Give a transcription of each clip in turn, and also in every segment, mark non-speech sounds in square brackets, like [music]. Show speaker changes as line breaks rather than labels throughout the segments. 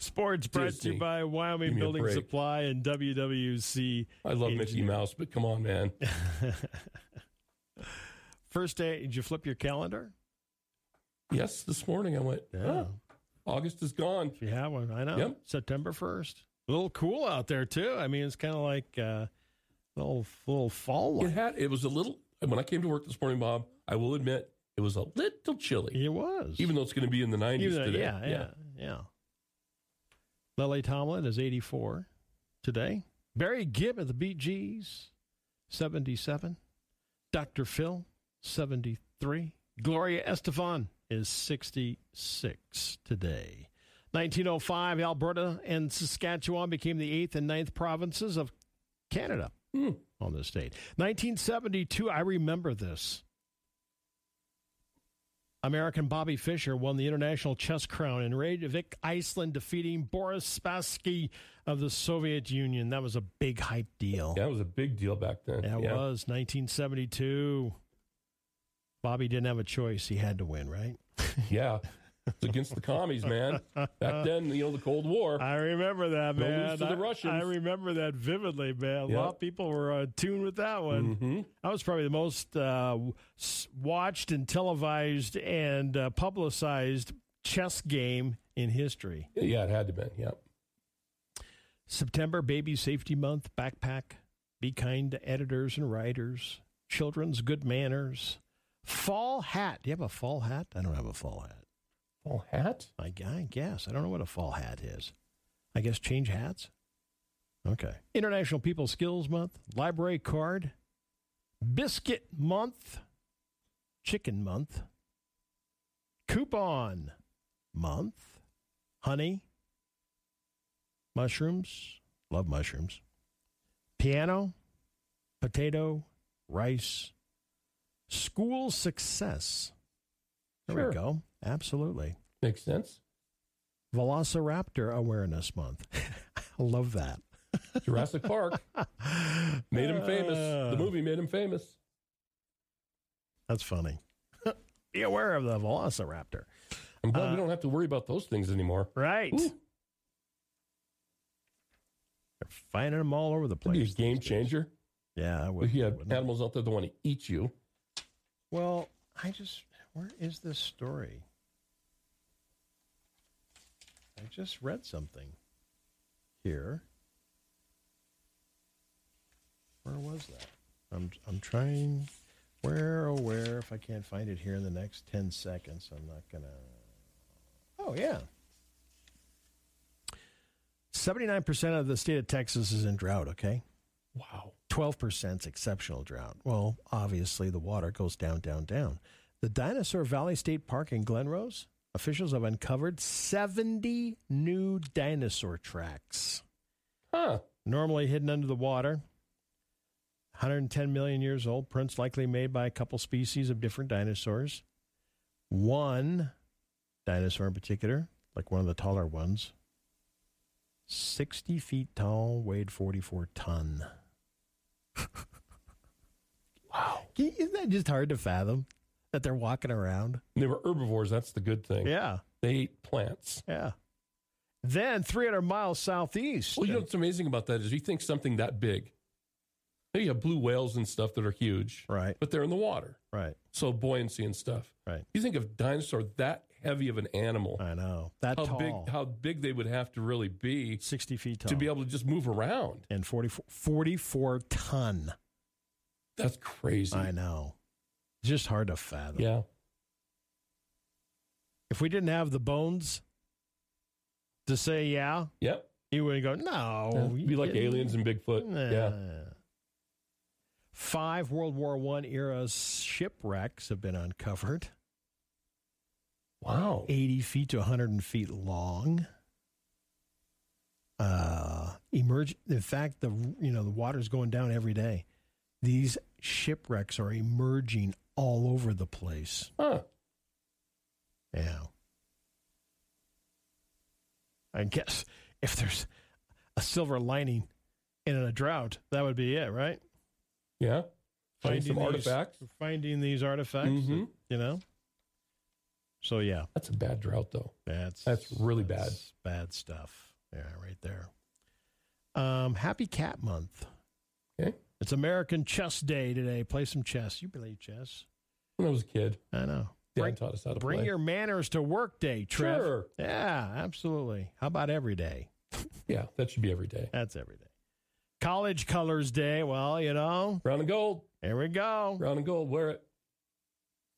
Sports brought to
Disney.
you by Wyoming
Give me a
Building
break.
Supply and WWC.
I love Mickey Mouse, but come on, man.
[laughs] First day, did you flip your calendar? Oh,
Yes, this morning I went, huh, August is gone.
If you have one, I know.
Yep.
September 1st. A little cool out there, too. I mean, it's kind of like uh, little, little fall
It
one.
had, it was a little, when I came to work this morning, Bob, I will admit, it was a little chilly,
It was.
even though it's going to be in the 90s
Even though-
today.
yeah, yeah, yeah, Lily Tomlin is 84 today. Barry Gibb at the BGs, 77. Dr. Phil, 73. Gloria Estefan is 66 today. 1905, Alberta and Saskatchewan became the eighth and ninth provinces of Canada
Hmm.
on this date. 1972, I remember this. American Bobby Fischer won the international chess crown in Reykjavik, Iceland, defeating Boris Spassky of the Soviet Union. That was a big hype deal.
That was a big deal back then.
That
yeah.
was 1972. Bobby didn't have a choice. He had to win, right?
Yeah. It's against the commies, man. Back then, you know, the Cold War.
I remember [laughs] that,
Don't lose
man.
to the
I-
Russians.
I, remember that vividly, man. A
Yeah.
lot of people were uh, tuned with that one.
hmm
That was probably the most uh, w- s- watched and televised and uh, publicized chess game in history.
Yeah, it had to been. Yeah.
September Baby Safety Month, backpack, be kind to editors and writers, children's good manners, fall hat. Do you have a fall hat? I don't have a fall hat.
Oh, hat?
I, gu- I guess. I don't know what a fall hat is. I guess change hats? Okay. International People Skills Month, Library Card, Biscuit Month, Chicken Month, Coupon Month, Honey, Mushrooms, love mushrooms, Piano, Potato, Rice, School Success. There
Sure.
we go. Absolutely.
Makes sense.
Velociraptor Awareness Month. [laughs] I love that.
Jurassic Park [laughs] made him famous.
Uh,
The movie made him famous.
That's funny. [laughs] Be aware of the Velociraptor.
I'm glad
Uh,
we don't have to worry about those things anymore.
Right.
Ooh,
They're finding them all over the
that'd be a
place.
game changer.
Yeah, I would.
If you have
wouldn't it?
animals out there that want to eat you,
Well, I just, where is this story? I just read something here. Where was that? I'm, I'm trying, where, oh, where, if I can't find it here in the next 10 seconds, I'm not going to. Oh, yeah. 79% of the state of Texas is in drought, okay?
wow.
12% is exceptional drought. Well, obviously, the water goes down, down, down. The Dinosaur Valley State Park in Glenrose, officials have uncovered 70 new dinosaur tracks,
Huh.
normally hidden under the water. 110 million years old, prints likely made by a couple species of different dinosaurs. One dinosaur in particular, like one of the taller ones, 60 feet tall, weighed 44 ton.
Wow.
Can- Isn't that just hard to fathom that they're walking around?
And they were herbivores. That's the good thing.
Yeah,
They ate plants.
yeah. Then 300 miles southeast.
Well, you know what's amazing about that is you think something that big. Maybe you have blue whales and stuff that are huge,
right,
but they're in the water.
right,
So buoyancy and stuff.
right.
You think of dinosaur that heavy of an animal,
I know that
how
tall,
big how big they would have to really be
60 feet tall,
to be able to just move around.
and 44, 44 ton.
That's crazy.
I know, It's just hard to fathom.
Yeah.
If we didn't have the bones to say yeah,
Yep.
you would go no.
That'd be
you
like
kidding me?"
aliens and Bigfoot. Yeah.
Five World War One era shipwrecks have been uncovered,
Wow.
80 feet to 100 feet long. Uh, emerge. In fact, the you know the water's going down every day. These shipwrecks are emerging all over the place.
Huh.
Yeah. I guess if there's a silver lining in a drought, that would be it, right?
Yeah. Find
Finding
some
these-
artifacts. Mm-hmm.
Finding these artifacts,
Mhm.
that, you know. So yeah,
That's a bad drought, though.
that's
That's really
bad. Bad stuff. Yeah, right there. Um, happy Cat Month.
Okay.
It's American Chess Day today. Play some chess. You play chess?
When I was a kid,
I know.
Dad
Bring-
taught us how to
Bring
play.
your manners to work day, Trev.
Sure.
Yeah, absolutely. How about every day?
Yeah, that should be every day.
That's every day. College Colors Day. Well, you know,
Brown and gold.
here we go.
Brown and gold. Wear it.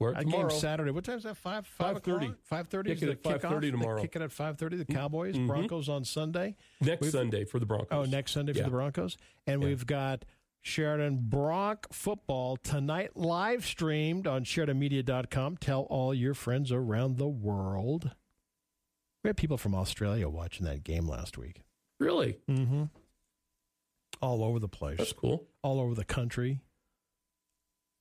Wear it
That
tomorrow.
game's Saturday. What time's that? Five five
5:30.
Five thirty.
Kick it at 5:30 tomorrow.
Kick it at five thirty. The Cowboys,
Mhm.
Broncos on Sunday.
Next
We've-
Sunday for the Broncos.
Oh, next Sunday for
Yeah.
the Broncos, and
Yeah.
we've got Sheridan Bronc football tonight, live streamed on SheridanMedia.com. Tell all your friends around the world. We had people from Australia watching that game last week.
Really?
Mm-hmm. All over the place
That's cool.
all over the country.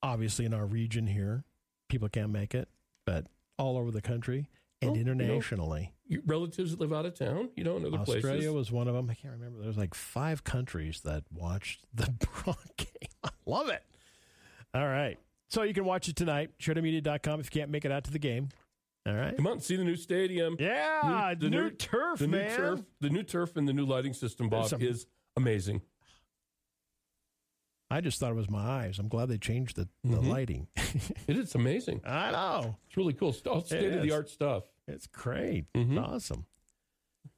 Obviously, in our region here, people can't make it, but all over the country and
Well, you know,
internationally.
Your relatives that live out of town, you know, in other
Australia
places.
was one of them. I can't remember. There was like five countries that watched the [laughs] Bronx game. I love it. All right. So you can watch it tonight, shreddermedia.com if you can't make it out to the game. All right.
Come out and see the new stadium.
Yeah,
New- the
new,
new-
turf,
the new
man.
turf, the new turf, and the new lighting system, Bob,
There's some-
is amazing.
I just thought it was my eyes. I'm glad they changed the, the
Mhm.
lighting. [laughs]
It is amazing.
I know.
It's really cool. State of the art stuff.
It's great.
Mhm.
Awesome.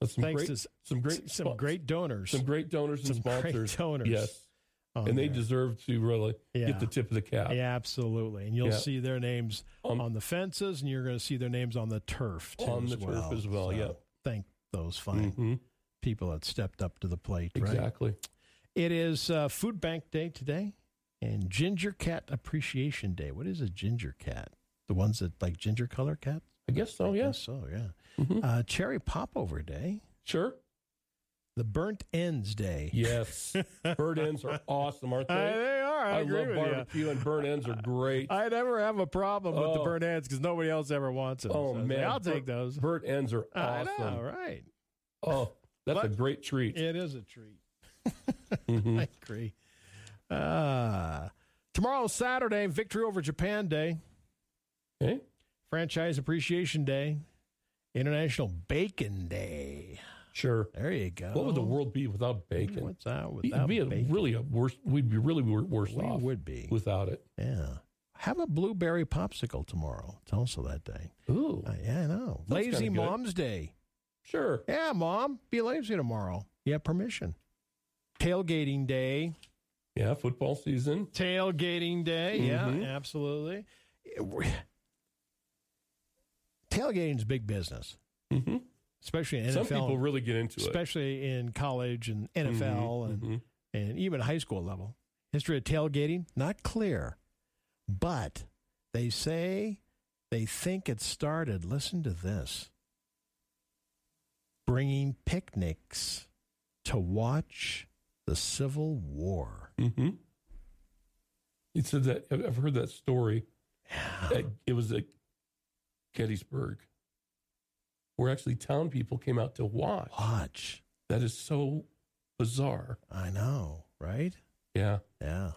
That's some
Thanks
great,
to s-
some great,
some
spon-
great donors.
some great donors and
some great [laughs]
sponsors.
donors
Yes,
on
and they
there.
deserve to really
Yeah.
get the tip of the cap.
yeah, absolutely. And you'll
Yeah.
see their names
Um,
on the fences, and you're going to see their names on the turf too
On
as
the turf
well.
as well, yeah.
thank those fine
mhm,
people that stepped up to the plate. Right.
Exactly.
It is uh, Food Bank Day today, and Ginger Cat Appreciation Day. What is a ginger cat? The ones that like ginger color cat.
I guess so.
I
Yes.
guess so yeah.
Mhm.
Uh, Cherry Popover Day.
Sure.
The Burnt Ends Day.
Yes.
[laughs]
burnt ends are awesome, aren't they?
Uh, they are. I, agree
love
with you.
barbecue, and burnt ends are
[laughs]
great.
I never have a problem with the
Oh.
burnt ends because nobody else ever wants them.
oh
So I was like,
man,
I'll take
Burnt-
those.
Burnt ends are
I know,
awesome.
right?
Oh, that's a
But-
great treat.
It is a treat. [laughs]
Mhm.
I agree. Uh, tomorrow's Saturday, Victory over Japan Day,
Okay.
Franchise Appreciation Day, International Bacon Day.
Sure.
There you go.
What would the world be without bacon?
What's out
It'd
without
be a
bacon?
really a worse. We'd be really wor- worse
we
off
would be.
without it.
yeah. Have a blueberry popsicle tomorrow. It's also that day.
Ooh,
Uh, yeah, I know.
Sounds
Lazy
kinda good.
Mom's Day.
sure.
Yeah, mom, be lazy tomorrow. You have permission. Tailgating day.
Yeah, football season.
Tailgating day.
Mhm.
Yeah, absolutely. It- we- Tailgating's big business,
hmm
especially in NFL,
Some people really get into it.
especially in college and NFL
Mhm,
and,
mhm.
and even high school level. History of tailgating, not clear, but they say they think it started. Listen to this bringing picnics to watch the Civil War.
Mhm. You said that I've I've heard that story. At- [coughs] It was at Gettysburg, where actually town people came out to watch.
Watch.
That is so bizarre.
I know, right?
Yeah.
Yeah.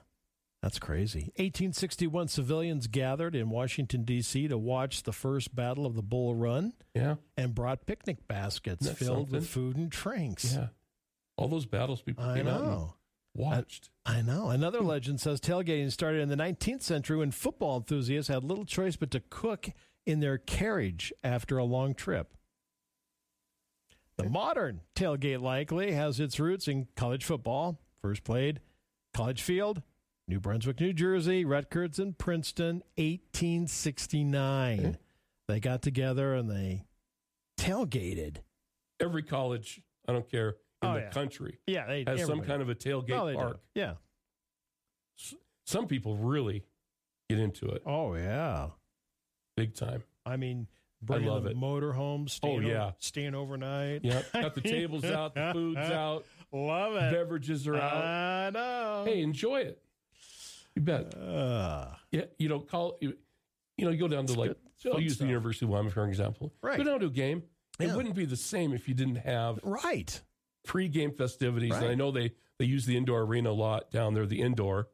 That's crazy. 1861 civilians gathered in Washington, D.C. to watch the first Battle of the Bull Run.
Yeah.
and brought picnic baskets
Isn't that
filled with
something?
food and drinks.
Yeah. All those battles people
I
came out and
know.
watched.
I know. Another legend says tailgating started in the 19th century when football enthusiasts had little choice but to cook in their carriage after a long trip. The modern tailgate likely has its roots in college football, first played College Field, New Brunswick, New Jersey, Rutgers, and Princeton, 1869.
Okay.
They got together and they tailgated.
Every college, I don't care, in
Oh,
the
yeah.
country
Yeah, they
has some
everybody-
kind of a tailgate
Oh, they do.
park.
Yeah.
Some people really get into it
Oh yeah.
big time.
I mean, bringing
love
the
it. Oh,
motorhome. Staying
yeah.
over- staying overnight.
Yeah,
[laughs]
got the tables out, the food's out,
Love it.
beverages are out.
I know.
Hey, enjoy it. You bet.
Uh,
Yeah, you know, call you, you know, you go down to like
It's
I'll
fun
use
stuff.
the University of Wyoming for an example.
Right.
Go down to a game.
Yeah.
It wouldn't be the same if you didn't have
right.
pre-game festivities. And
Right.
I know they they use the indoor arena a lot down there, the indoor,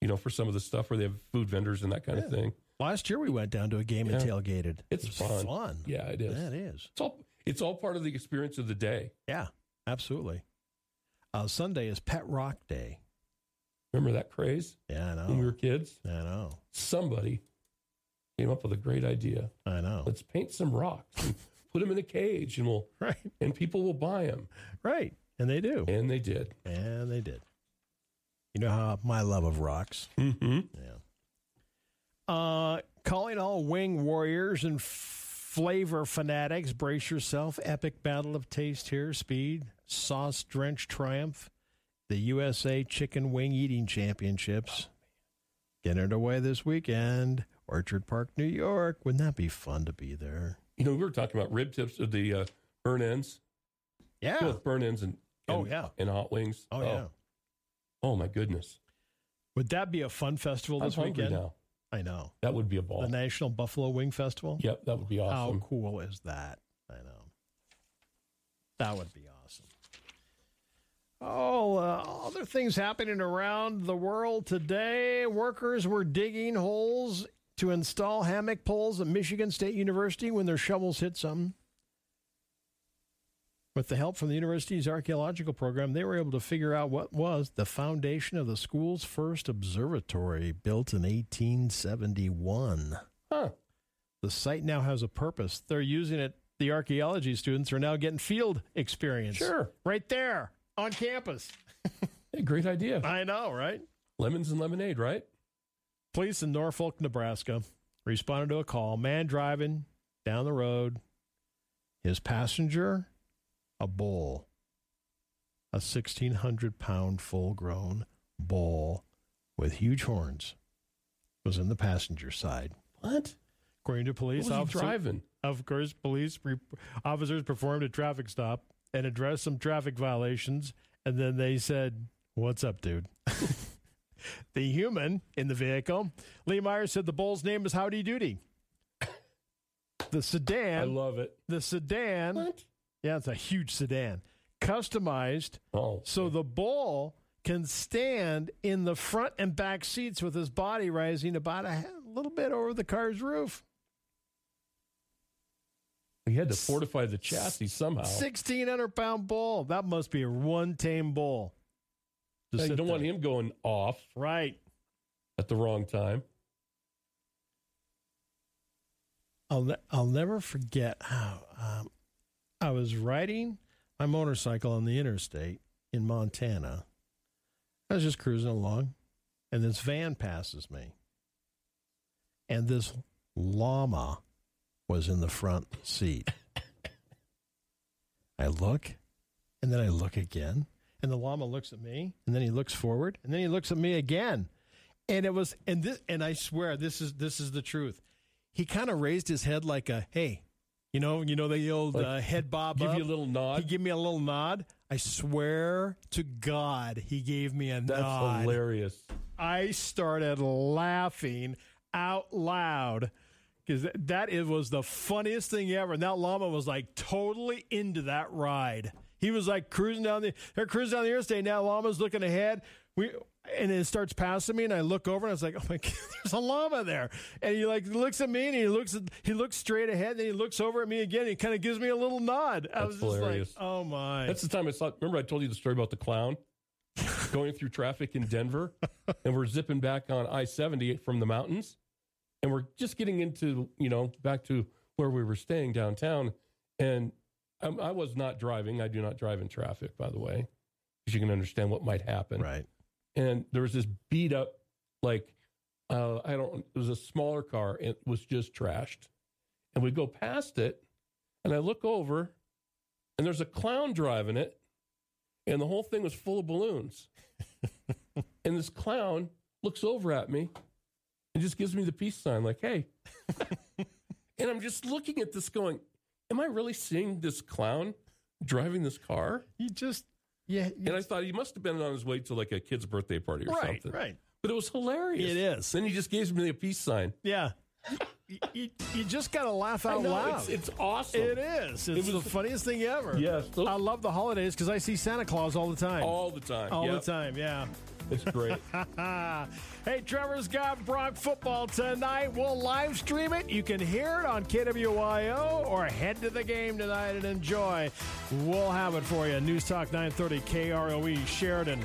you know, for some of the stuff where they have food vendors and that kind of
Yeah.
thing.
Last year we went down to a game and
Yeah.
tailgated.
It's
It was
fun.
fun.
Yeah, it is.
That is.
It's all it's all part of the experience of the day.
Yeah, absolutely. Uh, Sunday is Pet Rock Day.
Remember that craze
Yeah, I know.
when we were kids?
I know.
Somebody came up with a great idea.
I know.
Let's paint some rocks and put them in a cage, and we'll
[laughs] right.
and people will buy them.
Right. And they do.
And they did.
And they did. You know how my love of rocks.
Mm-hmm.
Yeah. Uh, calling all wing warriors and f- flavor fanatics, brace yourself. Epic battle of taste here. Speed, sauce drenched triumph. The USA Chicken Wing Eating Championships. Get underway this weekend. Orchard Park, New York. Wouldn't that be fun to be there?
You know, we were talking about rib tips of the uh, burn ends,
Yeah.
both burn ends and, and
Oh, yeah.
and hot wings.
Oh, yeah.
Oh my goodness!
Would that be a fun festival
I'm
this
hungry
weekend?
now. Oh.
I know.
That would be a ball.
The National Buffalo Wing Festival.
Yep, that would be awesome.
How cool is that? I know. That would be awesome. Oh, uh, other things happening around the world today. Workers were digging holes to install hammock poles at Michigan State University when their shovels hit something. With the help from the university's archaeological program, they were able to figure out what was the foundation of the school's first observatory built in 1871
Huh?
the site now has a purpose. They're using it. The archaeology students are now getting field experience.
Sure.
Right there on campus. [laughs]
Hey, great idea.
I know, right?
Lemons and lemonade, right?
Police in Norfolk, Nebraska responded to a call. Man driving down the road. His passenger, a bull. A 1,600 pound full grown bull with huge horns was in the passenger side.
What?
According to
What
police
was he
officers,
driving?
Of course, police re- officers performed a traffic stop and addressed some traffic violations, and then they said, What's up, dude? [laughs] the human in the vehicle, Lee Myers said the bull's name is Howdy Doody. [coughs] The
I
sedan,
love it.
the sedan,
What?
yeah, it's a huge sedan, customized
Oh,
so the bull can stand in the front and back seats with his body rising about a ha- little bit over the car's roof.
we had to fortify the chassis somehow.
Sixteen hundred pound bull. That must be a one tame bull.
Now,
Just
you
sit
don't want
there.
him going off
Right.
at the wrong time.
I'll ne- I'll never forget how um, I was riding my motorcycle on the interstate in Montana. I was just cruising along, and this van passes me, and this llama was in the front seat. I look, and then I look again, and the llama looks at me, and then he looks forward, and then he looks at me again, and it was and this and I swear this is this is the truth. He kind of raised his head like a hey, you know, you know the old
Like,
uh, head bob.
Give
up.
you a little
He
nod.
gave me a little nod. I swear to God, he gave me a
That's
nod.
hilarious.
I started laughing out loud because that it was the funniest thing ever. And that llama was like totally into that ride. He was like cruising down the they're cruising down the interstate. Now llama's looking ahead. We and it starts passing me, and I look over and I was like, "Oh my [laughs] god, there's a llama there!" And he like looks at me and he looks at, he looks straight ahead, and then he looks over at me again. And he kind of gives me a little nod. I was
That's
just
hilarious.
like, "Oh my!"
That's the time I saw. Remember, I told you the story about the clown going through traffic in Denver, and we're zipping back on I seventy from the mountains, and we're just getting into you know back to where we were staying downtown, and I, I was not driving. I do not drive in traffic, by the way, because you can understand what might happen.
right.
And there was this beat up, like uh, I don't. It was a smaller car. And it was just trashed, and we go past it, and I look over, and there's a clown driving it, and the whole thing was full
[laughs]
of balloons. and this clown looks over at me and just gives me the peace sign, like,
[laughs]
hey. and I'm just looking at this going, am I really seeing this clown driving this car?
You just yeah. you-
And I thought he must have been on his way to like a kid's birthday party or
right,
something.
right.
But it was hilarious.
It is.
Then he just gives me a peace sign.
Yeah. you, you, you just got to laugh out
I know,
loud.
It's, it's awesome.
It is. It's
was-
the funniest thing ever.
Yes.
I love the holidays because I see Santa Claus all the time.
all the time.
All
Yep.
the time, yeah. [laughs]
It's great.
hey, Trevor's got Bronx football tonight. We'll live stream it. You can hear it on KWYO or head to the game tonight and enjoy. We'll have it for you. News Talk 930 KROE E, Sheridan.